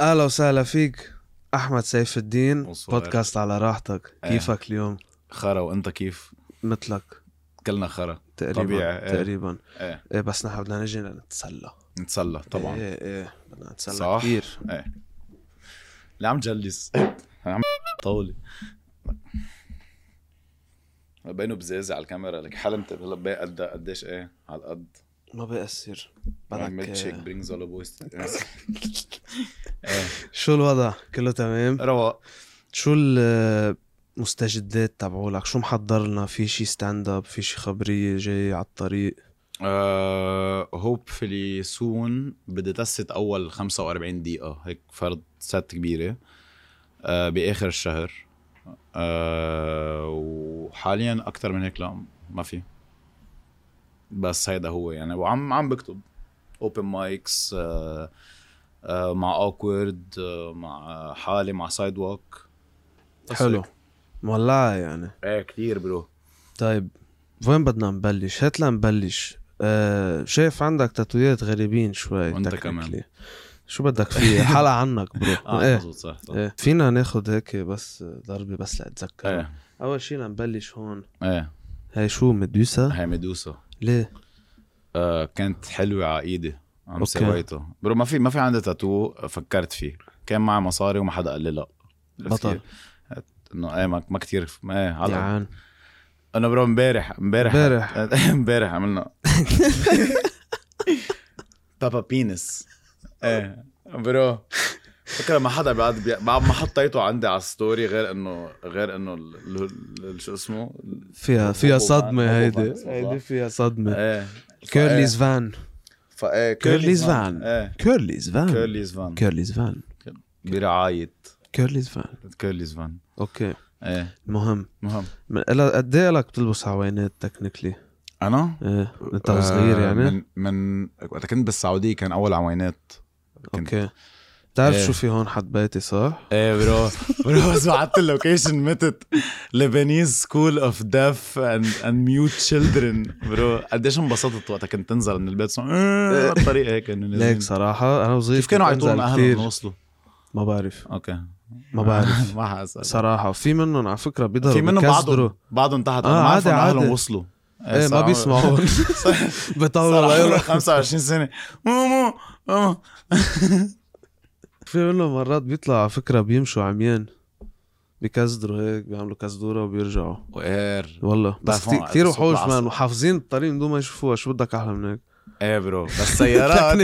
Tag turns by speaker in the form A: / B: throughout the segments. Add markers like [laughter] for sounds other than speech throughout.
A: اهلا وسهلا فيك احمد سيف الدين
B: وصغير.
A: بودكاست على راحتك
B: إيه.
A: كيفك اليوم
B: خرا وانت كيف
A: مثلك
B: كلنا خرا
A: تقريبا
B: طبيعي، إيه. إيه.
A: تقريبا
B: ايه
A: إيه بس نحن بدنا نجي نتسلى
B: نتسلى طبعا
A: ايه ايه بدنا نتسلى
B: صح.
A: كثير
B: ليه عم جلس عم طولي بينه بزازة على الكاميرا لك حلمت هلا باقي قد قديش ايه على القد
A: ما بيأثر
B: ميلك شيك
A: بدك آه.
B: برينجز اول بويز [laughs] آه.
A: شو الوضع كله تمام
B: رواق
A: شو المستجدات تبعولك شو محضر لنا في شي ستاند اب في شي خبريه جاي على الطريق
B: هوبفلي سون آه، بدي تست اول 45 دقيقة هيك فرض ست كبيرة آه، باخر الشهر آه، وحاليا اكثر من هيك لا ما في بس هيدا هو يعني وعم عم بكتب اوبن مايكس آه، مع اوكورد مع حالي مع سايد ووك
A: حلو مولعه يعني
B: ايه كثير برو
A: طيب وين بدنا نبلش؟ هات لنبلش آه شايف عندك تاتويات غريبين شوي
B: وأنت
A: technically.
B: كمان.
A: شو بدك فيه؟
B: [laughs]
A: حلقة عنك برو
B: اه
A: ايه
B: مزبوط صح صح.
A: ايه فينا ناخد هيك بس ضربة بس لأتذكر
B: ايه
A: أول شي لنبلش هون
B: ايه
A: هاي شو مدوسة؟
B: إيه، هي ميدوسا
A: ليه؟
B: آه، كانت حلوة على ايدي عم
A: أوكي.
B: سويته برو ما في ما في عندي تاتو فكرت فيه كان معي مصاري وما حدا قال لي لا
A: بطل.
B: هت- انه ايه ما, ما كثير ما ايه على
A: جعان
B: انا برو امبارح امبارح
A: امبارح.
B: [laughs] امبارح
A: [laughs]
B: عملنا بابا بينس ايه برو فكرة ما حدا بعد بي... بعد ما حطيته عندي على الستوري غير انه غير انه ال... ال... ال... شو اسمه
A: فيها فيها
B: أبو
A: صدمة
B: فان- أبو
A: هيدي
B: فان،
A: هيدي
B: صح.
A: فيها صدمة
B: ايه
A: كيرليز فان
B: فايه
A: كيرليز فان.
B: ايه
A: كيرليز فان
B: كيرليز فان
A: كيرليز فان
B: برعاية
A: كيرليز فان
B: كيرليز فان
A: اوكي إيه.
B: ايه
A: المهم
B: مهم
A: من- إلا- قد ايه لك بتلبس عوينات تكنيكلي؟
B: انا
A: ايه انت صغير
B: آه،
A: يعني؟
B: من من وقت كنت بالسعودية كان أول عوينات كنت-
A: اوكي بتعرف
B: إيه.
A: شو في هون حد بيتي صح؟
B: ايه برو برو بس بعت اللوكيشن متت لبنيز سكول اوف ديف اند اند ميوت تشيلدرن برو قديش انبسطت وقتها كنت تنزل من البيت صار آه، على الطريق هيك انه
A: ليك
B: نازلين
A: صراحة أنا وصغير
B: كيف كانوا
A: كنت أنزل
B: يعيطوا لنا اهلهم
A: كتير.
B: نوصلوا؟
A: ما بعرف
B: اوكي
A: ما بعرف
B: [laughs]
A: [laughs]
B: ما حاسس
A: صراحة في منهم على فكرة بيضربوا
B: في منهم
A: بيكسروا.
B: بعضهم بعضهم تحت
A: آه،
B: انا ما عارف
A: عادي،
B: انه
A: عادي.
B: اهلهم وصلوا
A: ايه ما
B: صراحة- [laughs]
A: بيسمعوا [laughs] بيطولوا
B: صار عمره
A: ليلة
B: 25 سنه ماما ماما
A: في منهم مرات بيطلع على فكرة بيمشوا عميان بيكزدروا هيك بيعملوا كزدورة وبيرجعوا
B: وقر
A: والله بس
B: بعرفون،
A: كثير
B: بس
A: وحوش
B: بتطلع
A: مان
B: عصر.
A: وحافظين الطريق من دون ما يشوفوها شو بدك أحلى من هيك
B: ايه برو بس سيارات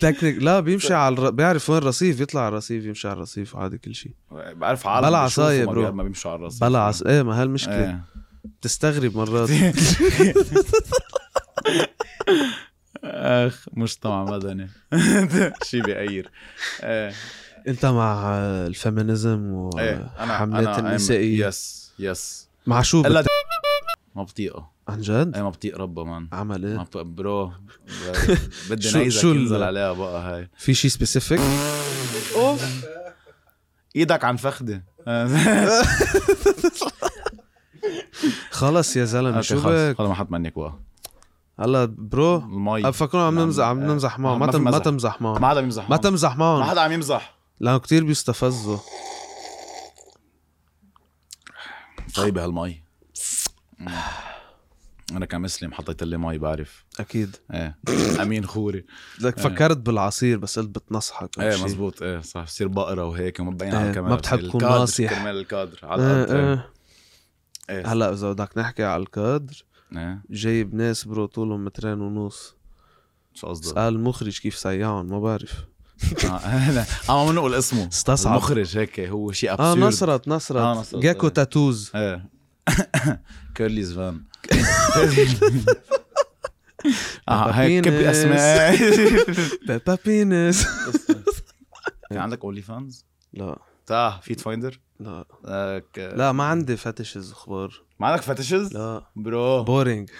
A: تكنيك لا بيمشي على الر... بيعرف وين الرصيف بيطلع على الرصيف يمشي على الرصيف عادي كل شيء
B: بعرف عالم
A: بلا
B: بيشوفوا
A: عصاية
B: ما
A: برو.
B: بي- ما بيمشوا على الرصيف
A: بلا عص ايه ما هالمشكلة
B: ايه
A: بتستغرب مرات
B: [laughs] اخ مجتمع مدني [laughs] شي بيقير ايه
A: انت مع الفيمينيزم
B: ايه انا
A: وحملات
B: أنا-
A: النسائيه
B: يس يس
A: مع شو
B: الا
A: بت...
B: د- ما بطيقه
A: عن جد
B: ايه ما بطيق ربها مان
A: عمل
B: ما
A: ايه
B: بطيق برو بدي
A: [laughs] شو-
B: نيزك
A: شو ال-
B: ينزل عليها بقى هاي
A: في شيء سبيسيفيك اوف
B: ايدك عن [laughs] فخدي
A: خلص يا زلمه
B: اوكي
A: شو
B: خلص
A: بك
B: خلص ما حط منك بقى
A: هلا برو
B: المي
A: فكرنا عم
B: نعم.
A: نمزح عم نمزح معه
B: آه،
A: ما
B: ما في
A: تم... ما
B: مزح.
A: تمزح معه
B: ما حدا بيمزح
A: ما
B: هون.
A: تمزح
B: ما
A: معهم
B: حدا عم يمزح
A: لانه كتير بيستفزوا
B: طيبة طيب هالمي مم. انا كمسلم حطيت لي مي بعرف
A: اكيد [laughs]
B: ايه امين خوري
A: لك
B: إيه.
A: فكرت بالعصير بس قلت بتنصحك أو
B: ايه
A: شي.
B: مزبوط ايه صح بصير بقرة وهيك وما بين
A: إيه،
B: على
A: ما
B: الكاميرا
A: بتحب
B: بصير
A: تكون
B: الكادر،
A: ناصح.
B: كرمال الكادر على القد
A: إيه،
B: ايه
A: إيه.
B: إيه،
A: هلا اذا بدك نحكي على الكادر
B: ايه
A: جايب ناس برو طولهم مترين ونص
B: شو [laughs] آه، قصدك؟
A: سأل المخرج كيف سيعهم ما بعرف
B: إيه، عم نقول اسمه
A: استصعب
B: المخرج هيك هو شيء
A: اه
B: ابسورد
A: نصرت نصرت,
B: آه، نصرت،
A: جاكو
B: إيه. [laughs]
A: تاتوز
B: ايه كيرليز
A: [laughs]
B: فان آه، هيك كب
A: بابينس.
B: اسماء
A: [laughs] بيبا
B: [laughs]
A: بينس
B: كان عندك اونلي فانز؟
A: لا
B: تاه فيت فايندر؟
A: لا
B: آه، ك-
A: لا ما عندي فتشز اخبار
B: ما عندك فتشز؟
A: لا
B: برو
A: بورينج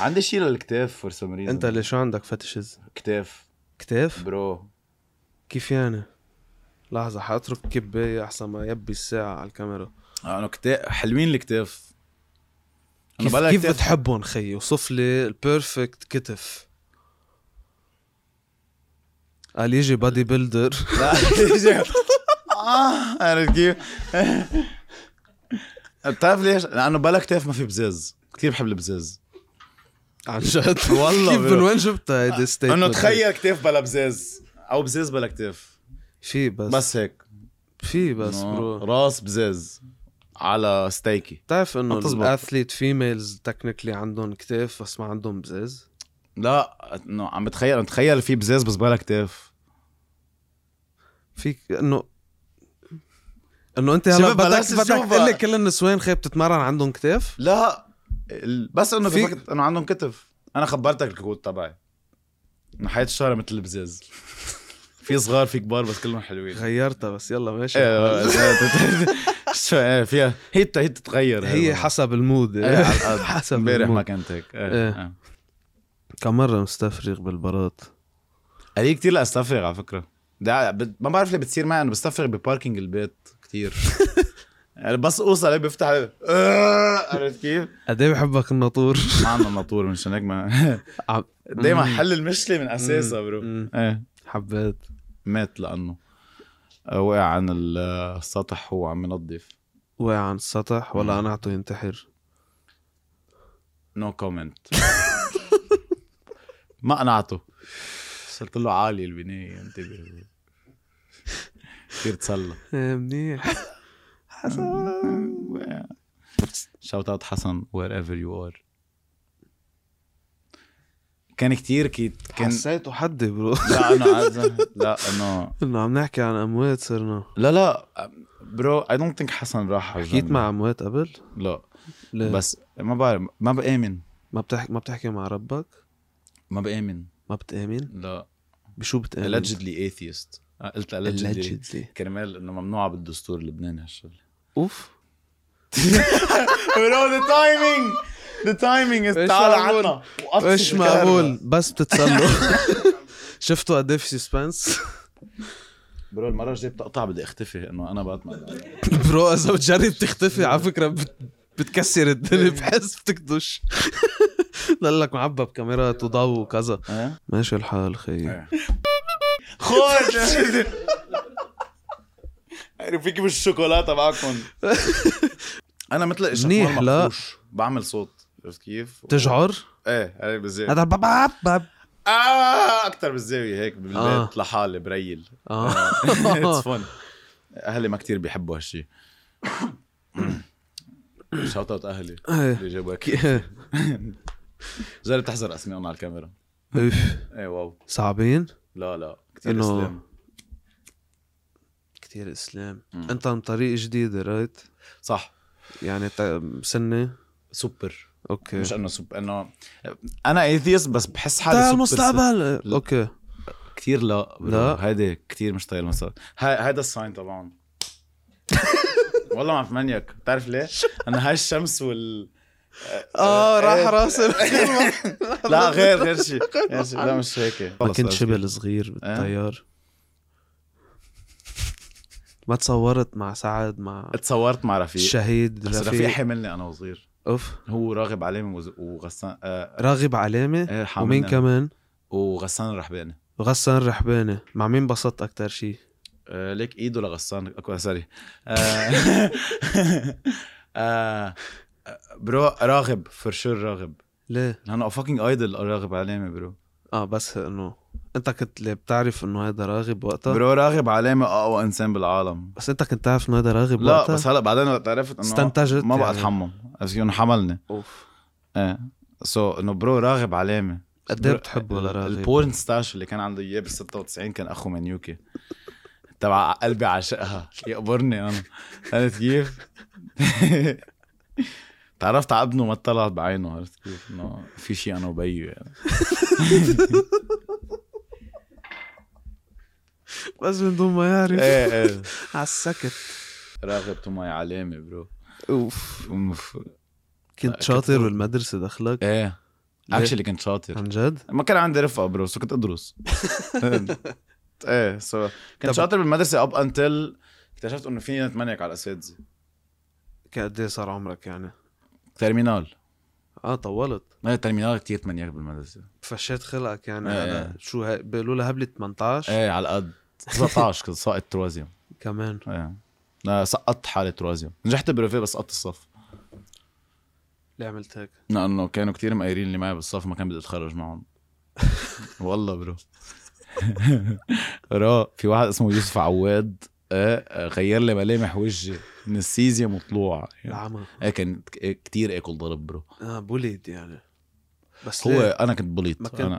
B: عندي شيء للكتاف فور سم ريزن
A: انت ليش شو عندك فتشز
B: كتاف
A: كتاف
B: برو
A: كيف يعني لحظة حاترك كباية أحسن ما يبي الساعة على الكاميرا
B: آه، انا كتاف حلوين الكتاف
A: كيف,
B: بلا
A: كيف
B: كتاف-
A: بتحبهم خيي وصف لي البيرفكت كتف قال يجي بادي
B: [laughs]
A: بيلدر
B: لا اه عرفت كيف؟ بتعرف ليش؟ لانه بلا كتاف ما في بزاز كثير بحب البزاز
A: عن جد
B: والله
A: [laughs] كيف من
B: بيو.
A: وين جبتها هيدي ستيت
B: انه تخيل كتاف بلا بزاز او بزاز بلا كتاف
A: في بس, بس
B: بس هيك
A: في بس
B: إنه
A: برو
B: راس بزاز على ستيكي
A: بتعرف انه
B: بتزبط.
A: الاثليت فيميلز تكنيكلي عندهم كتاف بس ما عندهم بزاز
B: لا انه عم بتخيل بتخيل في بزاز بس بلا كتاف
A: في انه انه انت هلا
B: شباب
A: بدك
B: بلاش
A: بدك
B: تشوفها.
A: تقول لي كل النسوان خايف تتمرن عندهم كتاف
B: لا ال- بس انه
A: في-
B: في فكرة انه عندهم كتف انا خبرتك الكود تبعي نحيت الشهرة مثل البزاز [laughs] في صغار في كبار بس كلهم حلوين
A: غيرتها بس يلا ماشي
B: إيه، [laughs] شو إيه، فيها هي بت- هي بتتغير
A: هي حسب المود
B: إيه، على القد.
A: [laughs] حسب
B: امبارح ما
A: المود.
B: كانت هيك إيه،
A: إيه.
B: إيه.
A: كم مره مستفرغ بالبراد
B: قليل إيه. كتير لاستفرغ على فكره ده بت- ما بعرف ليه بتصير معي انا بستفرغ بباركينج البيت
A: [laughs]
B: كتير يعني بس اوصل هيك بفتح هيك، آه، عرفت كيف؟
A: قد ايه بحبك الناطور
B: ما عندنا ناطور من هيك ما [laughs]
A: عم-
B: دايما
A: مم.
B: حل المشكله من اساسها برو
A: مم.
B: ايه
A: حبيت
B: مات لانه آه، وقع عن ال- آه، السطح وهو عم ينظف
A: وقع عن السطح ولا قناعته ينتحر
B: نو كومنت
A: [laughs]
B: ما قنعته قلت له عالي البنايه انتبه كثير تسلى
A: إيه، منيح
B: شوت اوت حسن وير ايفر يو ار كان كتير كيت كان
A: حسيته حدي برو [laughs]
B: لا انا عايز- لا انا
A: انه عم نحكي عن اموات صرنا
B: لا لا برو اي دونت ثينك حسن راح على
A: حكيت
B: الجنة.
A: مع اموات قبل
B: لا
A: ليه؟
B: بس ما بعرف ما بآمن
A: ما بتحكي ما بتحكي مع ربك
B: ما بآمن يعني
A: ما بتآمن
B: لا
A: بشو بتآمن
B: allegedly atheist آه، قلت allegedly
A: allegedly
B: كرمال انه ممنوعه بالدستور اللبناني هالشغله [laughs]
A: اوف
B: برو ذا تايمينج ذا تايمينج
A: إيش
B: تعال
A: معقول؟
B: عنا وقطع
A: ايش
B: الكهرباء.
A: معقول بس
B: [laughs]
A: بتتسلوا شفتوا قد ايه في [laughs] سسبنس
B: برو المره الجايه بتقطع بدي اختفي انه انا باتمان [laughs]
A: برو اذا بتجرب تختفي على فكره بت... بتكسر
B: [laughs]
A: الدنيا بحس [laughs] بتكدش ضلك معبى بكاميرات وضوء وكذا
B: إيه؟
A: ماشي الحال
B: آه.
A: خيي
B: [laughs] خوش عرفيك بالشوكولاته [laughs] معكم انا مثل
A: منيح،
B: الشمال
A: لا.
B: مفروش بعمل صوت عرفت كيف؟ [laughs]
A: بتجعر
B: ايه هيك بالزاويه
A: هذا باب باب
B: اه اكثر بالزاويه هيك
A: آه.
B: بالبيت لحالي
A: [laughs]
B: بريل
A: اه [laughs]
B: اتس فن اهلي ما كتير بيحبوا هالشيء [clears throat] شوت اوت اهلي
A: إيه.
B: اللي جابوك
A: إيه.
B: جرب تحذر اسمائهم على الكاميرا
A: أوف.
B: ايه واو
A: صعبين
B: لا لا كثير
A: إنه-
B: اسلام
A: كتير اسلام
B: مم.
A: انت عن طريق جديده رايت
B: صح
A: يعني تا- سنه
B: سوبر
A: اوكي
B: مش انه سوبر انه انا ايثيست بس بحس حالي
A: تعال
B: سوبر
A: المستقبل
B: لا. آه،
A: اوكي
B: كثير لا
A: لا.
B: لا هيدا كثير مش طايق المسار هيدا الساين طبعا
A: [laughs]
B: والله ما عم منيك
A: [laughs]
B: بتعرف ليش؟ انا هاي الشمس وال
A: اه راح
B: إيه. [laughs]
A: راسل
B: لا غير غير شيء غير شيء لا مش هيك
A: ما
B: خلص،
A: كنت
B: خلص.
A: شبل
B: آه.
A: صغير بالطيار ما تصورت مع سعد مع
B: تصورت مع رفيق
A: الشهيد
B: بس رفيق
A: رفيق
B: حملني انا وصغير
A: اوف
B: هو راغب عليمي وز- وغسان آه،
A: راغب علامه
B: إيه، حاملني
A: ومين
B: أنا.
A: كمان
B: وغسان الرحباني
A: غسان رحباني مع مين انبسطت اكثر شيء
B: آه، ليك ايده لغسان اكو سوري آه،
A: [laughs]
B: آه، برو راغب فور شور راغب
A: ليه
B: لانه فاكينج ايدل راغب علامه برو
A: اه بس انه انت كنت ليه بتعرف انه هذا راغب وقتها
B: برو راغب علامه اقوى انسان بالعالم
A: بس انت كنت تعرف انه هذا راغب
B: لا
A: وقتها
B: بس هلا بعدين وقت عرفت انه
A: استنتجت
B: ما بقى
A: يعني.
B: اتحمم بس انه حملني
A: اوف
B: ايه سو انه برو راغب علامه
A: قد ايه
B: برو-
A: بتحبه لراغب
B: البورن ستاش اللي كان عنده اياه بال 96 كان اخو من يوكي تبع قلبي عاشقها يقبرني انا عرفت كيف؟ [laughs] تعرفت على ابنه ما طلعت بعينه عرفت كيف؟ انه في شيء انا وبيو
A: [laughs]
B: يعني
A: بس من دون ما يعرف
B: ايه ايه
A: على السكت
B: راغبته معي علامه برو
A: اوف
B: أمف.
A: كنت
B: كنت
A: شاطر
B: بقول- إيه.
A: بالمدرسه دخلك
B: ايه
A: ليه؟
B: اكشلي كنت شاطر
A: عن جد
B: ما كان عندي رفقه برو سو كنت ادرس ايه سو
A: طب-
B: كنت شاطر بالمدرسه اب انتل اكتشفت انه فيني اتمنيك على الاساتذه
A: قد ايه صار عمرك يعني
B: ترمينال
A: اه طولت
B: ما الترمينال كتير تمنياك [laughs] بالمدرسه
A: فشيت خلقك يعني
B: إيه.
A: أنا شو ه- بيقولوا لها هبلة 18
B: ايه على قد 19 كنت ساقط تروازيوم
A: كمان
B: ايه لا سقطت حالة تروازيوم نجحت بالريفي بس سقطت الصف
A: ليه عملت هيك؟
B: لانه كانوا كتير مقايرين اللي معي بالصف ما كان بدي اتخرج معهم والله برو برو في واحد اسمه يوسف عواد ايه آه، غير لي ملامح وجهي من السيزيوم وطلوع يعني.
A: العمى
B: ايه كان كتير اكل ضرب برو
A: اه بوليد يعني بس
B: هو
A: ليه؟
B: انا كنت بوليت
A: ما كنت
B: انا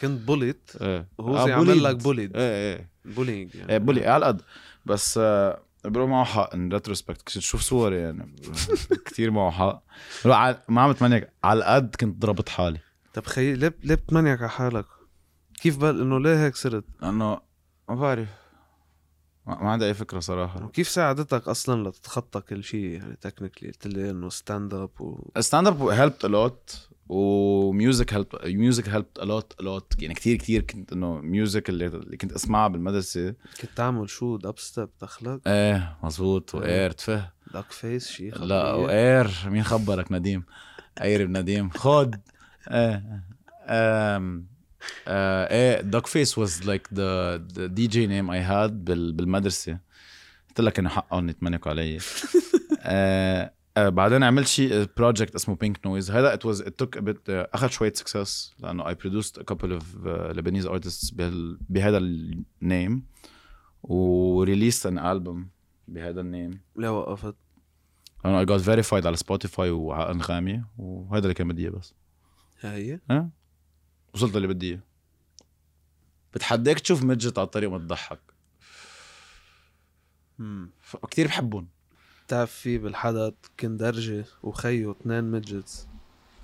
A: كنت بوليت
B: ايه
A: هو
B: آه،
A: زي عمل لك
B: بوليت.
A: بوليد
B: ايه ايه
A: بولينج يعني
B: ايه بولي على قد بس آه، برو معه حق ان ريتروسبكت كنت شوف صوري يعني [laughs] كتير معه حق برو على- ما عم اتمنى على قد كنت ضربت حالي
A: طب خي ليه ليه بتمنيك على حالك؟ كيف بال انه ليه هيك صرت؟
B: لانه ما بعرف ما ما عندي اي فكره صراحه
A: وكيف ساعدتك اصلا لتتخطى كل شيء يعني تكنيكلي قلت لي انه ستاند اب و
B: ستاند اب هيلبت ا لوت وميوزك هيلب ميوزك هيلبت ا لوت ا لوت يعني كتير كتير كنت انه ميوزك اللي, اللي كنت اسمعها بالمدرسه
A: كنت تعمل شو دب ستيب دخلك؟
B: ايه مزبوط واير تفه
A: دك فيس شيء
B: لا واير مين خبرك نديم قيرب نديم خد ايه أم، آه، ايه دوك فيس واز لايك ذا دي جي نيم اي هاد بالمدرسه قلت لك انه حقهم يتمنكوا علي آه، آه، بعدين عملت شيء بروجكت اسمه بينك نويز هذا ات واز ات توك اخذ شويه سكسس لانه اي برودوسد ا كابل اوف لبنيز ارتستس بهذا النيم وريليست ان البوم بهذا النيم
A: ليه وقفت؟
B: انا اي جوت فيريفايد على سبوتيفاي وعلى انغامي وهذا اللي كان بدي اياه بس
A: هي
B: وصلت اللي بدي اياه بتحداك تشوف ميدجت على الطريق وتضحك
A: امم
B: كثير بحبهم
A: بتعرف في بالحدث كنت درجه وخيه اثنين ميدجتس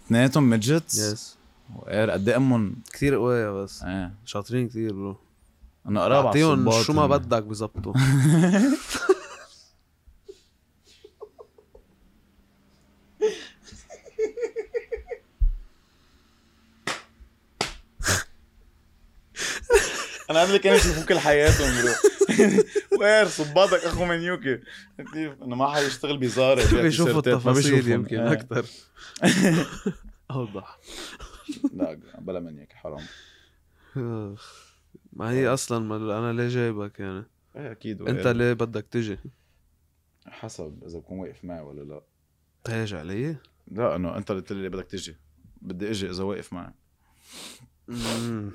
B: اثنيناتهم ميدجتس
A: يس
B: وقير قد ايه امهم
A: كثير قوايا بس
B: ايه
A: شاطرين كثير برو
B: انا قراب على
A: اعطيهم
B: الصباط
A: شو ما
B: يعني.
A: بدك بزبطوا
B: انا قبل كانوا يشوفوا كل حياتهم [laughs] برو وير صباطك اخو منيوكي كيف انه ما حيشتغل بزاره
A: بيشوفوا التفاصيل يمكن
B: اكثر
A: اكثر اوضح
B: لا بلا منيك حرام
A: أخ. ما هي اصلا ما انا ليه جايبك يعني
B: ايه اكيد
A: انت
B: وقير.
A: ليه بدك تجي
B: حسب اذا بكون واقف معي ولا لا
A: تهاج علي
B: لا انه انت اللي قلت لي بدك تجي بدي اجي اذا واقف معي
A: مم.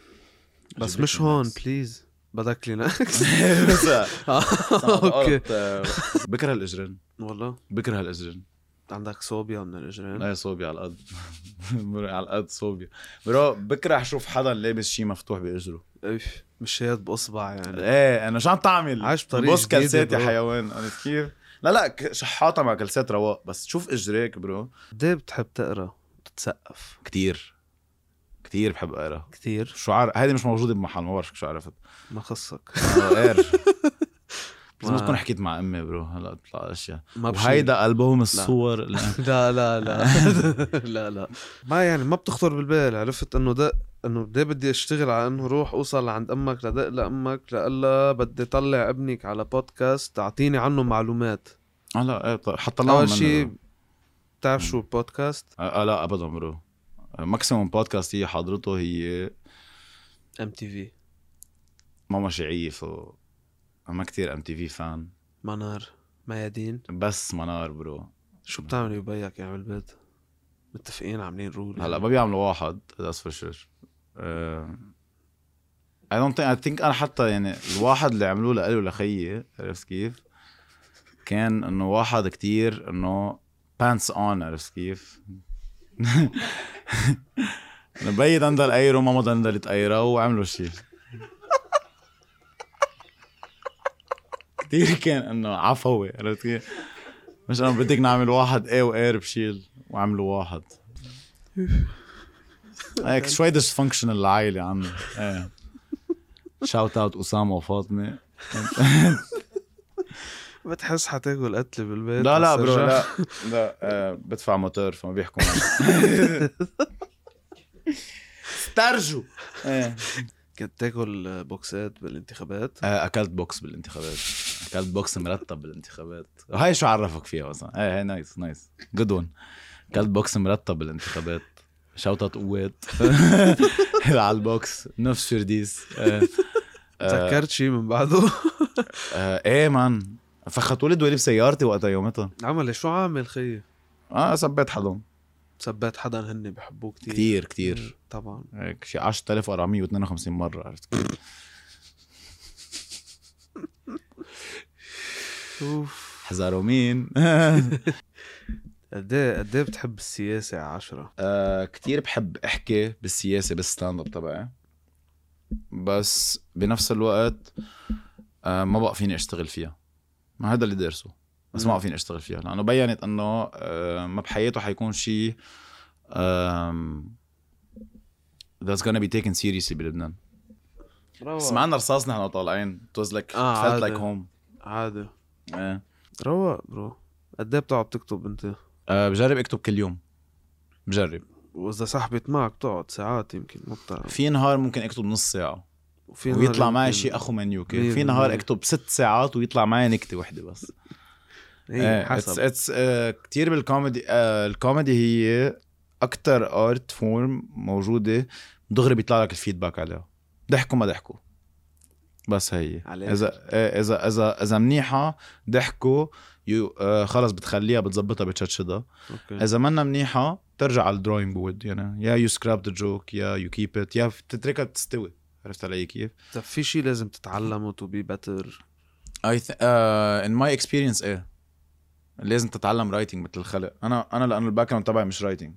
A: بس
B: جيب
A: مش
B: لك
A: هون
B: لينكس.
A: بليز بدك آه، كلينكس
B: [laughs]
A: [laughs]
B: بس
A: اوكي
B: قلت، آه، بكره الاجرين
A: والله
B: بكره الاجرين [laughs]
A: عندك صوبيا من الاجرين
B: لا يا صوبيا على [laughs] القد برو، على القد صوبيا برو بكره اشوف حدا لابس شيء مفتوح باجره
A: إيش، مشيت باصبع يعني
B: ايه انا شو عم تعمل؟
A: عايش بطريقة
B: بص
A: جديدة
B: كلسات يا
A: برو.
B: حيوان عرفت كيف؟ لا لا ك- شحاطه مع كلسات رواق بس شوف اجريك برو
A: قد إيه بتحب تقرا تتسقف
B: كتير كتير بحب اقرا
A: كثير
B: شعار هيدي مش موجوده بمحل ما بعرف شو عرفت
A: ما خصك [laughs]
B: [laughs] غير لازم
A: ما-
B: تكون حكيت مع امي برو هلا بتطلع اشياء
A: ما بشيل.
B: وهيدا البوم الصور لا.
A: [laughs] لا لا
B: [laughs]
A: لا
B: آه.
A: [laughs] لا لا ما يعني ما بتخطر بالبال عرفت انه دق انه بدي بدي اشتغل على انه روح اوصل عند امك لدق لامك لقلا بدي طلع ابنك على بودكاست تعطيني عنه معلومات
B: اه لا ايه طيب حتى
A: اول شيء بتعرف شو البودكاست
B: آه آه، لا ابدا برو ماكسيموم بودكاست هي حضرته هي
A: ام تي في
B: ماما شيعيه فو ما كتير ام تي في فان
A: منار ميادين
B: بس منار برو
A: شو بتعملي ببيك يعني بالبيت متفقين عاملين رول
B: هلا ما بيعملوا واحد ذاتس فور شور آه، اي دونت ثينك اي ثينك انا حتى يعني الواحد اللي عملوه لإلي ولخيي عرفت كيف؟ كان انه واحد كتير انه بانس اون عرفت كيف؟ [laughs] بي دندل قيره ماما دندلت قيره وعملوا شيء كتير كان انه عفوي عرفت كيف؟ مش انا بدك نعمل واحد ايه واير بشيل وعملوا واحد هيك آه، شوي ديسفانكشنال العائله عندنا ايه شاوت اوت اسامه وفاطمه
A: بتحس حتاكل قتل بالبيت
B: لا لا
A: بس
B: برو
A: رجع-
B: لا لا آه، بدفع موتور فما بيحكوا معي استرجوا ايه
A: كنت تاكل بوكسات بالانتخابات
B: آه، اكلت بوكس بالانتخابات إيه، اكلت بوكس مرتب بالانتخابات وهي شو عرفك فيها اصلا ايه هي نايس نايس جود ون كلت بوكس مرتب بالانتخابات شوطة قوات [laughs] على البوكس نفس شرديس آه، آه،
A: تذكرت شيء من بعده [laughs]
B: آه، ايه مان فخطوا لي دواليب سيارتي وقتها يومتها
A: عمل إيه؟ شو عامل خيي
B: اه ثبت حدهم
A: ثبت حدا هن بحبوه كتير
B: كتير كتير
A: مم، طبعا
B: هيك شي 10452 مرة عرفت كيف؟
A: اوف
B: حذروا مين [laughs]
A: قد ايه قد ايه بتحب السياسه يا عشرة
B: آه كتير بحب احكي بالسياسه بالستاند اب تبعي بس بنفس الوقت آه ما بقى فيني اشتغل فيها ما هذا اللي درسه بس ما بقى فيني اشتغل فيها لانه بينت انه آه ما بحياته حيكون شيء آم، that's gonna be taken seriously بلبنان
A: روعة.
B: سمعنا رصاص نحن طالعين it was like
A: آه،
B: felt
A: عادي.
B: like home
A: عادي
B: آه.
A: روق برو قد ايه بتقعد تكتب انت
B: آه بجرب اكتب كل يوم بجرب
A: واذا سحبت معك بتقعد ساعات يمكن ما بتعرف
B: في نهار ممكن اكتب نص ساعه
A: وفي نهار
B: ويطلع معي
A: يمكن-
B: شيء اخو من يوكي
A: مية
B: في نهار
A: بالمية.
B: اكتب ست ساعات ويطلع معي نكته وحده بس
A: ايه
B: إيه،
A: حسب
B: اتس كثير بالكوميدي آه، الكوميدي هي اكثر ارت فورم موجوده دغري بيطلع لك الفيدباك عليها ضحكوا ما ضحكوا بس هي
A: على
B: اذا آه، اذا اذا اذا منيحه ضحكوا يو آه، خلص بتخليها بتظبطها بتشتشدها
A: اوكي
B: اذا منا منيحه ترجع على الدروينج بورد يعني يا يو سكراب ذا جوك يا يو كيب ات يا تتركها تستوي عرفت علي كيف؟
A: طب في شيء لازم تتعلمه تو بي بتر
B: اي th- uh, in my experience ايه لازم تتعلم رايتنج مثل الخلق انا انا لانه الباك جراوند تبعي مش رايتنج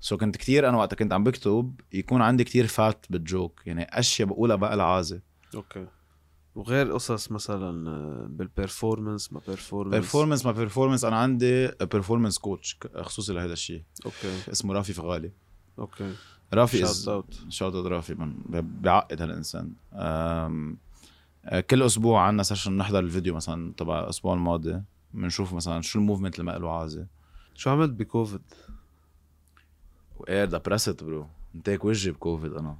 B: سو so كنت كتير انا وقتها كنت عم بكتب يكون عندي كتير فات بالجوك يعني اشياء بقولها بقى العازه
A: اوكي وغير قصص مثلا آه، بالبرفورمانس ما برفورمانس
B: بيرفورمنس ما بيرفورمنس انا عندي بيرفورمنس كوتش خصوصي لهذا الشيء
A: اوكي
B: اسمه رافي فغالي
A: اوكي
B: رافي
A: شوت
B: از
A: اوت
B: شوت اوت رافي من ب- بعقد هالانسان أم، أه، كل اسبوع عندنا سيشن نحضر الفيديو مثلا تبع الاسبوع الماضي بنشوف مثلا شو الموفمنت اللي مقلو عازه
A: شو عملت بكوفيد؟
B: وايه دبرست برو انت هيك وجهي بكوفيد انا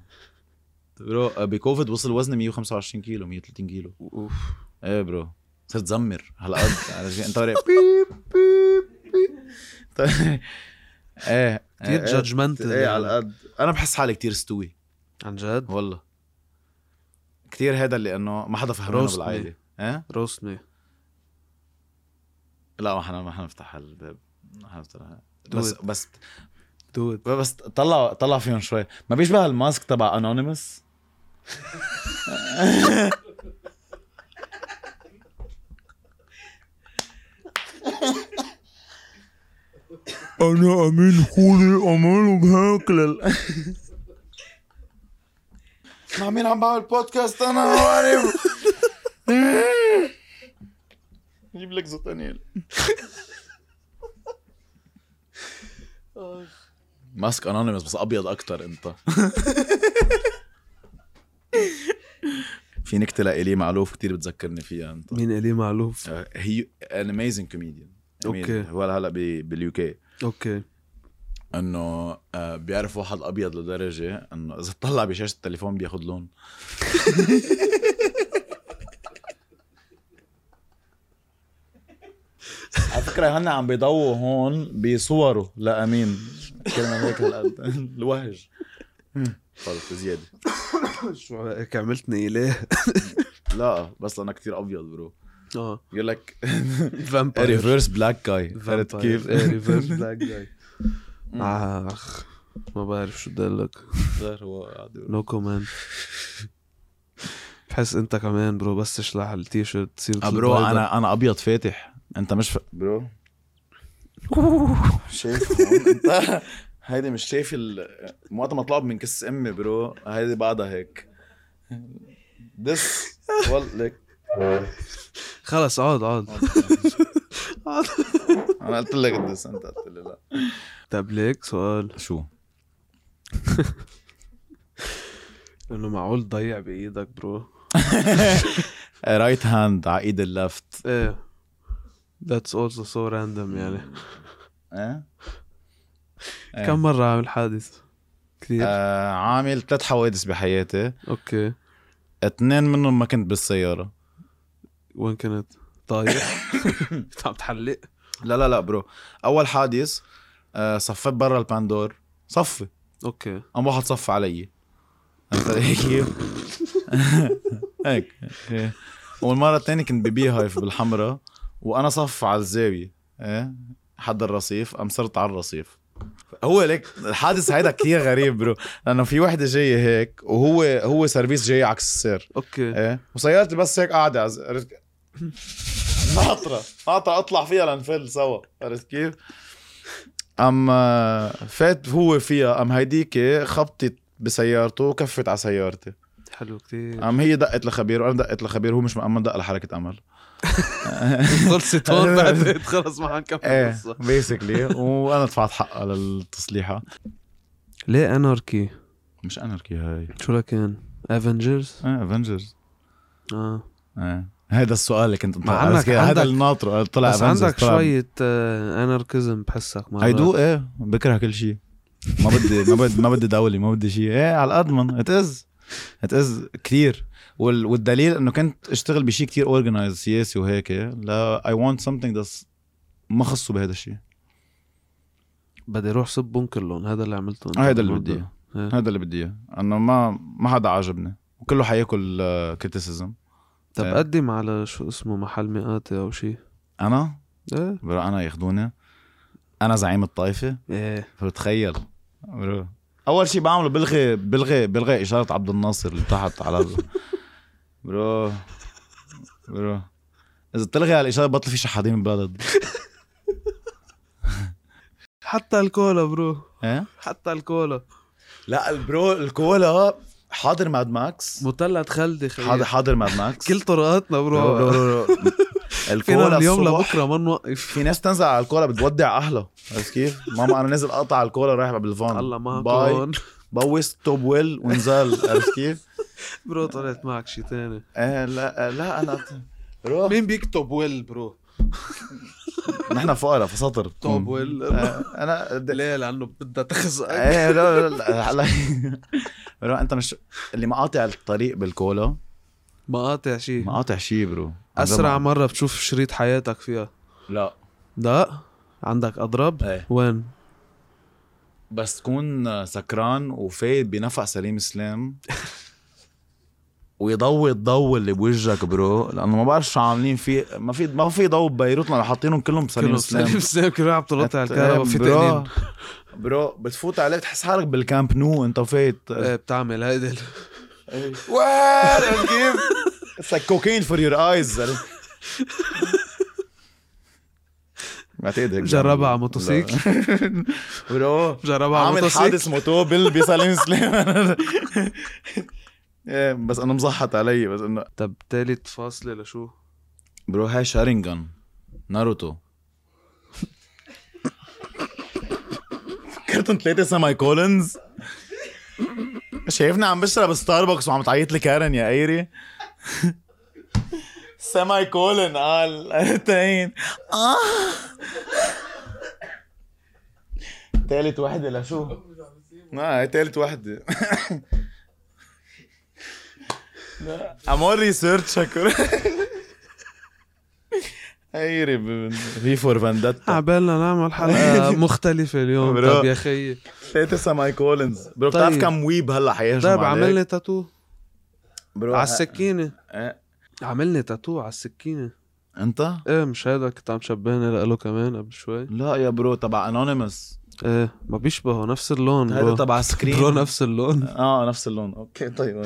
B: برو آه، بكوفيد وصل وزني 125 كيلو 130 كيلو
A: اوف
B: ايه برو صرت زمر هالقد [laughs] على جي- انت ورق بيب بيب بيب طيب، ايه
A: كثير
B: إيه،
A: جادجمنتال
B: ايه على القد انا بحس حالي كتير استوي
A: عن جد
B: والله كتير هذا اللي انه ما حدا فهمانه
A: Roast me.
B: بالعائله ايه
A: روسني
B: لا ما حنا ما حنفتح هالباب ما حنفتح
A: Do
B: بس بس
A: دود
B: بس طلع طلع فيهم شوي ما بيشبه الماسك تبع انونيمس انا امين خولي امين وبهاكل مع مين عم بعمل بودكاست انا ما بعرف جيب لك زوتانيل ماسك انونيمس بس ابيض اكتر انت في نكته لإلي معلوف كتير بتذكرني فيها انت
A: مين الي معلوف
B: آه، هي ان اميزنج كوميديان
A: أوكي.
B: هو هلا باليو كي [laughs]
A: اوكي
B: انه آه، بيعرف واحد ابيض لدرجه انه اذا طلع بشاشه التليفون بياخد لون [laughs] على فكره هن عم بيضووا هون بصوره لامين كلمه هيك هالقد الوهج خلص زياده
A: شو
B: إيه،
A: هيك عملتني [laughs] اليه
B: لا بس انا كتير ابيض برو
A: اه
B: [laughs] يقول لك
A: فامباير
B: ريفيرس بلاك جاي عرفت كيف؟
A: [laughs] ريفيرس
B: [laughs]
A: بلاك جاي اخ ما بعرف شو بدي اقول لك
B: ظهر هو قاعد يقول.
A: نو كومنت بحس انت كمان برو بس تشلح التيشيرت تصير
B: آه،
A: مثل
B: برو
A: البيضة.
B: انا انا ابيض فاتح انت مش ف... برو شايف هون انت هيدي مش شايف ال... وقت ما طلعوا من كس امي برو هيدي بعدها هيك دس لك
A: خلص اقعد اقعد
B: آه.
A: اقعد
B: انا قلت لك دس انت قلت لي لا
A: طب ليك سؤال
B: شو؟
A: انه معقول تضيع بايدك برو
B: رايت هاند على ايد اللفت
A: ايه that's also so random يعني
B: ايه إيه.
A: كم مرة عامل حادث؟ كثير
B: آه، عامل ثلاث حوادث بحياتي
A: اوكي
B: اثنين منهم ما كنت بالسياره
A: وين
B: [laughs]
A: [laughs] كنت؟ طايح عم تحلق
B: لا لا لا برو اول حادث آه، صفيت برا الباندور صفي
A: اوكي
B: قام واحد صف علي عرفت علي كيف؟ هيك إيه. والمرة الثانية كنت ببي هايف بالحمرة وانا صف على الزاوية ايه حد الرصيف قام صرت على الرصيف هو ليك الحادث هيدا كثير غريب برو لانه في وحدة جاية هيك وهو هو سيرفيس جاي عكس السير
A: اوكي
B: ايه وسيارتي بس هيك قاعدة عز- عرفت ناطرة ناطرة اطلع فيها لنفل سوا عرفت كيف؟ ام آه، فات هو فيها ام هيديك خبطت بسيارته وكفت على سيارتي
A: حلو كتير
B: ام هي دقت لخبير وانا دقت لخبير هو مش مأمن دق لحركة امل آه.
A: خلصت هون بعدين خلص ما حنكمل
B: ايه
A: القصه
B: بيسكلي وانا دفعت حقها للتصليحة
A: ليه اناركي؟
B: مش انركي هاي
A: شو لكان؟ افنجرز؟
B: ايه افنجرز
A: اه
B: ايه هذا السؤال اللي كنت
A: ما عندك-
B: عرفت كيف؟ هذا
A: عندك-
B: اللي ناطره طلع
A: بس
B: Avengers،
A: عندك
B: طلع
A: شوية آه، اناركيزم بحسك مرات
B: اي دو ايه بكره كل شيء ما بدي ما بدي ما بدي دولة ما بدي شيء ايه على قد ما ات از ات از كثير وال... والدليل انه كنت اشتغل بشيء كثير اورجنايز سياسي وهيك لا اي ونت سمثينج ذس ما خصه بهذا الشيء
A: بدي اروح صب بنكلهم هذا اللي عملته أنت
B: هذا آه، اللي
A: بالموضوع.
B: بدي اياه
A: إيه.
B: هذا اللي بدي اياه انه ما ما حدا عاجبني وكله حياكل آه، كريتيسيزم
A: طب
B: إيه.
A: قدم على شو اسمه محل مئاتي او شيء
B: انا
A: ايه
B: برو انا ياخذوني انا زعيم الطائفه
A: ايه
B: بتخيل برو. اول شيء بعمله بلغي بلغي بلغي اشاره عبد الناصر اللي تحت على ال... برو برو اذا تلغي على الاشاره بطل في شحادين بالبلد
A: حتى الكولا برو
B: ايه
A: حتى الكولا
B: لا البرو الكولا حاضر ماد ماكس
A: مطلعت خلدي خيي.
B: حاضر حاضر ماد ماكس
A: كل طرقاتنا
B: برو برو
A: برو
B: برو. [laughs]
A: فينا من
B: الكولا
A: اليوم
B: الصبح
A: لبكره ما نوقف
B: في ناس تنزل على الكولا بتودع اهلها عرفت كيف؟ ماما انا نازل اقطع الكولا رايح بالفان
A: الله ما
B: باي
A: هكون [laughs]
B: بوس توب ويل ونزل عرفت كيف؟
A: برو طلعت معك شي تاني
B: ايه لا لا انا روح
A: مين بيكتب ويل برو
B: نحن فقراء فسطر
A: توب ويل
B: آه، انا
A: [laughs]
B: د-
A: ليه لانه بدها تخزقك
B: ايه لا لا لا [laughs] هلا برو انت مش اللي مقاطع الطريق بالكولا
A: ما قاطع شي
B: مقاطع شيء برو
A: اسرع مره بتشوف شريط حياتك فيها
B: لا
A: لا عندك اضرب
B: ايه
A: وين
B: بس تكون سكران وفايد بنفق سليم سلام ويضوي الضو اللي بوجهك برو لانه ما بعرف شو عاملين فيه ما في ما في ضو ببيروت لانه حاطينهم كلهم بسليم
A: كلهم
B: سلام
A: سليم سلام كلهم عم تلطع على
B: إيه،
A: الكهرباء في
B: برو
A: تنين
B: برو بتفوت عليه بتحس حالك بالكامب نو انت فايت
A: إيه، بتعمل هيدا ال-
B: [laughs] وين عرفت كيف؟ It's like cocaine for your eyes بعتقد هيك
A: جربها على موتوسيكل
B: برو
A: [laughs] جربها على
B: عامل
A: موتوسيكل
B: حادث موتو بال بسليم سليم [laughs] إيه، بس انا مزحط علي بس انه
A: طب تالت فاصلة لشو؟
B: برو هاي شارينجان ناروتو كرتون ثلاثة ساماي كولنز شايفني عم بشرب ستاربكس وعم تعيط لي كارن يا ايري ساماي كولن قال التانيين اه تالت وحدة لشو؟ اه هي تالت وحدة امور ريسيرش شكرا ايري في فور فانداتا
A: عبالنا نعمل حلقة
B: [laughs]
A: [laughs] مختلفة اليوم
B: برو.
A: طب يا خيي
B: ثلاثة ساماي كولنز برو
A: طيب.
B: بتعرف كم ويب هلا حيهجم
A: طيب
B: عليك
A: عملني تاتو
B: برو
A: على السكينة
B: إيه.
A: عملني تاتو على السكينة
B: انت؟
A: ايه مش هذا كنت عم شبهني لإله كمان قبل شوي
B: لا يا برو تبع انونيمس
A: ايه ما بيشبهوا نفس اللون
B: هذا
A: برو
B: تبع
A: برو
B: سكرين
A: نفس
B: [laughs]
A: اللون
B: اه نفس اللون اوكي طيب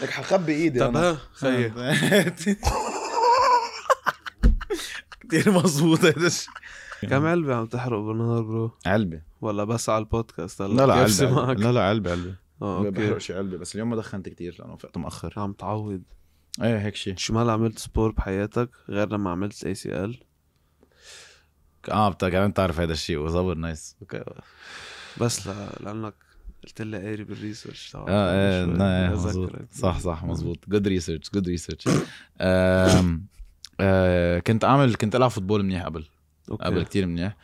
B: لك حخبي ايدي
A: طب ها
B: [laughs] آه.
A: خيي
B: كثير مظبوط هذا الشيء
A: كم علبة عم تحرق بالنهار برو؟
B: علبة
A: ولا بس على البودكاست هلا
B: لا لا
A: كيف
B: علبة
A: سمعك؟
B: لا لا علبة علبة
A: اه
B: بحرق
A: اوكي
B: شي علبة بس اليوم ما دخنت كثير لأنه وقت مأخر
A: عم تعوض
B: ايه هيك شيء
A: شو ما عملت سبور بحياتك غير لما عملت اي سي ال
B: اه بت- كمان تعرف هذا الشيء وظبط نايس اوكي
A: بس ل... لانك قلت لي قاري يعني بالريسيرش تبعك
B: اه ايه
A: شوي.
B: نا- إيه،
A: أذكرك.
B: مزبوط صح صح مزبوط جود ريسيرش جود ريسيرش آه، كنت اعمل كنت العب فوتبول منيح قبل
A: اوكي
B: قبل كتير منيح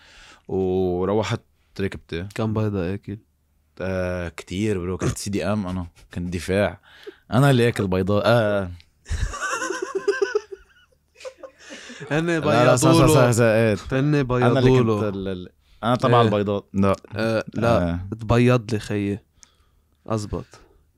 B: وروحت ركبتي
A: كم بيضة اكل
B: آه كتير برو كنت سي دي ام انا كنت دفاع انا اللي اكل بيضاء آه
A: هن
B: لا لا صح صح صح,
A: بيضولو يعني
B: صح, صح, صح, صح, صح, صح, صح, صح
A: هن
B: انا اللي كنت
A: بيضولو
B: ال- ال- انا تبع
A: إيه.
B: البيضات لا
A: آه لا
B: آه.
A: تبيض لي خيي ازبط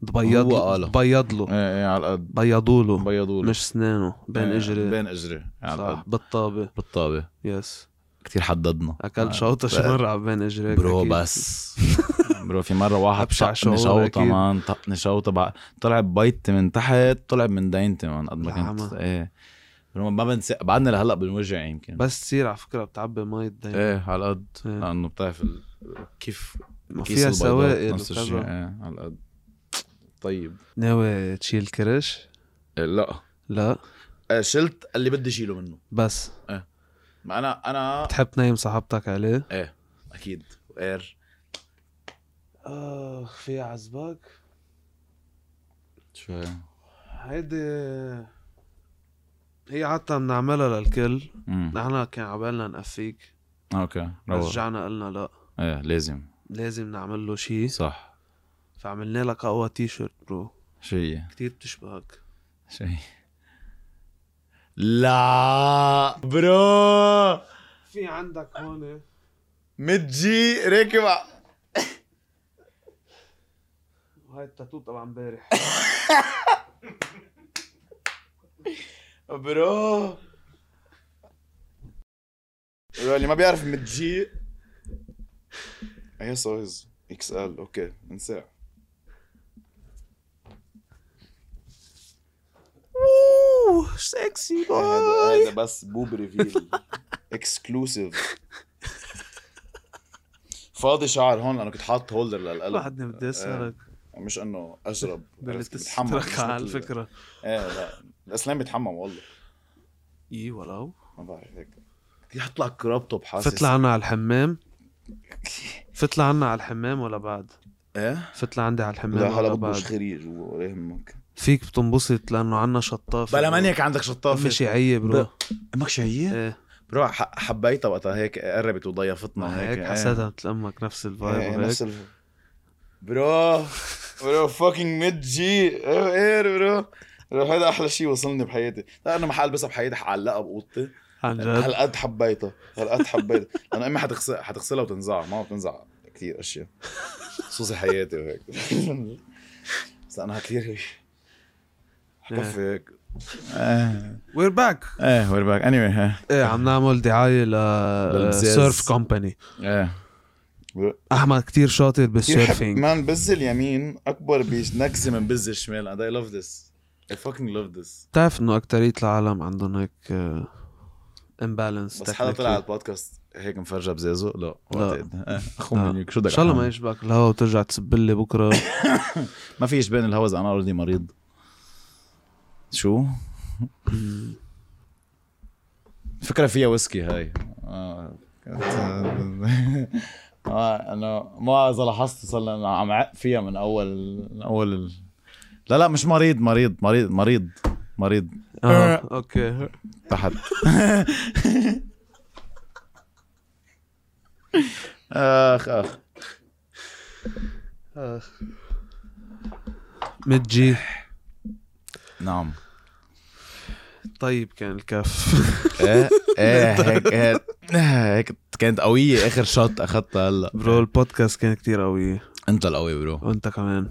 A: تبيض
B: هو قاله.
A: تبيض له
B: ايه ايه على القد
A: بيضوا له
B: بيضوا له.
A: مش سنانه بين
B: إيه،
A: اجري
B: بين اجري على
A: صح
B: القد
A: بالطابه
B: بالطابه
A: يس
B: كتير حددنا
A: اكلت
B: آه.
A: شوطه شي مره على بين اجريك
B: برو
A: أكيد.
B: بس [laughs] إيه؟ برو في مره واحد
A: أبشع
B: طقني
A: شعور
B: شوطه
A: أكيد.
B: مان طقني شوطه بع... طلع ببيضتي من تحت طلع من دينتي مان قد ما كنت
A: العمى.
B: ايه برو ما بنسى بعدنا لهلا بالوجع يمكن
A: بس تصير على فكره بتعبي مي الدنيا
B: ايه على القد
A: إيه.
B: لانه بتعرف ال... كيف كيس
A: فيها
B: البيضات
A: سوائل
B: نفس الشيء
A: وكذا
B: ايه على القد طيب
A: ناوي تشيل كرش
B: إيه، لا
A: لا
B: إيه، شلت اللي بدي شيله منه
A: بس
B: ما انا انا
A: بتحب تنايم صاحبتك عليه
B: اكيد اير
A: اخ آه، في عزبك
B: شو هي؟
A: هيدي هي عادة بنعملها للكل
B: مم.
A: نحن كان عبالنا نقفيك
B: اوكي روح
A: رجعنا قلنا لا
B: ايه لازم
A: لازم نعمل له شيء
B: صح
A: فعملنا لك اقوى تي شيرت برو
B: شيء
A: كتير بتشبهك
B: شيء لا برو
A: في عندك هون
B: متجي راكب ع-
A: هاي التاتو تبع امبارح
B: برو برو اللي ما بيعرف متجي اي سايز اكس ال اوكي انسى
A: اوه سكسي
B: هذا هذا بس بوب ريفيل اكسكلوسيف فاضي شعر هون لانه كنت حاطط هولدر للقلب
A: بعدني بدي اسالك
B: مش انه اجرب
A: بدي
B: عرفت؟ بتحمم،
A: تسترك
B: مش
A: على
B: مثل-
A: الفكره
B: ايه لا الاسلام بيتحمم والله
A: اي ولو
B: ما بعرف هيك بدي احط لك رابطه بحاسس [laughs]
A: فت لعنا على الحمام فت لعنا على الحمام ولا بعد
B: ايه
A: فت لعندي على الحمام
B: لا هلا
A: ولا
B: بطبش
A: بعد
B: خريج ولا يهمك
A: فيك بتنبسط لانه عنا شطافه
B: بلا منيك عندك إيه،
A: طافه
B: شطافه
A: شيعيه برو
B: ب- امك شهيه؟
A: ايه
B: برو ح- حبيتها وقتها هيك قربت وضيفتنا هيك
A: هيك
B: إيه.
A: حسيتها مثل امك نفس
B: إيه،
A: الفايب
B: نفس
A: هيك
B: ال- برو برو فاكينج ميد جي ايه ايه برو برو هذا احلى شيء وصلني بحياتي لا انا ما حلبسها بحياتي حعلقها باوضتي
A: عن جد
B: هالقد حبيتها هالقد [laughs] حبيتها انا امي حتغسل حتغسلها وتنزعها ما بتنزع كثير اشياء خصوصي حياتي وهيك [laughs] بس انا كثير حكفي هيك ايه
A: وير باك
B: ايه وير باك اني واي
A: ايه عم نعمل دعايه
B: للزاز.
A: لسيرف كومباني
B: ايه
A: احمد كتير شاطر
B: كثير حب-
A: بالسيرفينج
B: مان بز اليمين اكبر بنكسه من بز الشمال اند اي لاف ذس اي fucking لاف ذس
A: بتعرف انه اكترية العالم عندهم هيك آه، امبالانس
B: بس حدا طلع على البودكاست هيك مفرجه بزازو لا وقتها. إيه، اخو
A: لا.
B: منيك شو بدك
A: ان آه. شاء الله
B: أعمل؟
A: ما يشبك الهوا وترجع تسب لي
B: [coughs]
A: بكره
B: ما في يشبان الهوز انا اوريدي مريض شو؟ فكرة فيها ويسكي هاي آه، كانت- آه، انا ما اذا لاحظت صار لي أنا عم عق فيها من اول من اول ال... لا لا مش مريض مريض مريض مريض مريض
A: آه، اوكي
B: تحت [laughs] اخ اخ
A: متجي
B: نعم
A: طيب كان الكف
B: ايه ايه هيك هيك هيك كانت قوية اخر شوت اخذتها هلا
A: [laughs] برو البودكاست كان كتير قوي
B: انت القوي برو
A: وانت كمان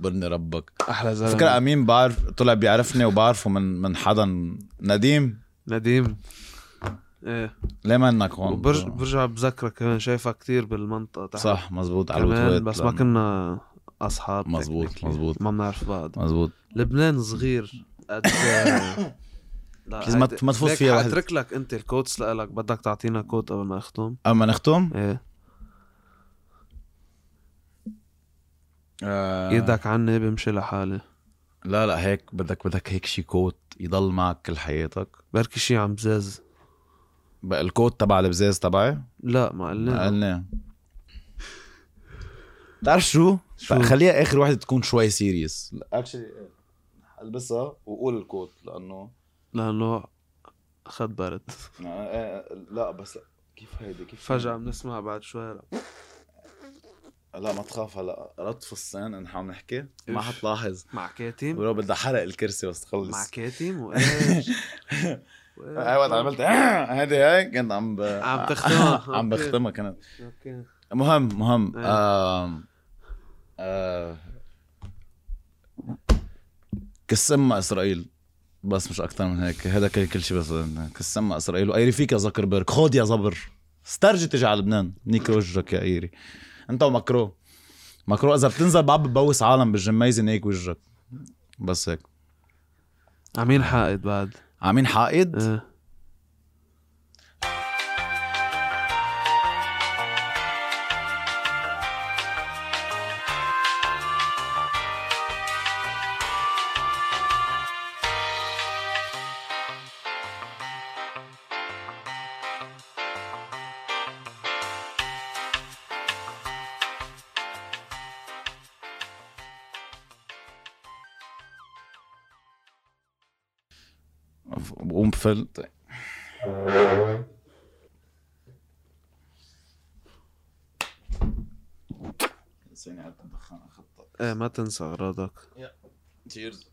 B: برني ربك
A: احلى زلمه
B: فكرة امين بعرف طلع بيعرفني وبعرفه من من حدا نديم
A: نديم ايه
B: ليه ما انك هون
A: وبرج... برجع بذكرك كمان شايفها كتير بالمنطقه تحت
B: صح مزبوط على الوتويت
A: كمان بس ما كنا اصحاب
B: مزبوط،
A: technically.
B: مزبوط.
A: ما بنعرف بعض
B: مزبوط
A: لبنان صغير قد
B: [laughs]
A: لا
B: بليز ما-
A: قد-
B: ما تفوت
A: ليك
B: فيها واحد.
A: حاترك لك انت الكوتس لك بدك تعطينا كوت قبل ما اختم
B: اما نختم
A: ايه
B: آه،
A: ايدك عني بمشي لحالي
B: لا لا هيك بدك بدك هيك شي كوت يضل معك كل حياتك
A: بركي شي عم بزاز
B: بقى الكوت تبع البزاز تبعي
A: لا ما قلنا
B: قلنا بتعرف شو؟
A: شو؟
B: شو؟ خليها اخر واحدة تكون شوي سيريس اكشلي البسها وقول الكوت لانه
A: لانه اخذ برد
B: يعني، آه، لا بس كيف هيدي كيف
A: فجأة بنسمع بعد شوي رب.
B: لا ما تخاف هلا رد فستان نحن عم نحكي ما
A: إيش.
B: حتلاحظ
A: مع كاتم [laughs]
B: ولو بدي حرق الكرسي بس
A: مع [laughs]
B: تخلص
A: كاتم وايش
B: آه، هاي وقت
A: أيوة،
B: عملت هذه هاي كنت عم ب...
A: عم تختمها.
B: [laughs] عم بختمها كانت
A: اوكي
B: مهم مهم
A: إيه.
B: آم، آه، كسم اسرائيل بس مش اكثر من هيك هذا كان كل شيء بس كسم اسرائيل وايري فيك يا زكربرج خود يا زبر استرجي تجي على لبنان نيك وجهك يا ايري انت ومكرو مكرو اذا بتنزل بعب ببوس عالم بالجميزه نيك وجهك بس هيك
A: عاملين حائط بعد
B: عامين حائد
A: آه.
B: بقوم بفل طيب.
A: ايه ما تنسى اغراضك
B: تشيرز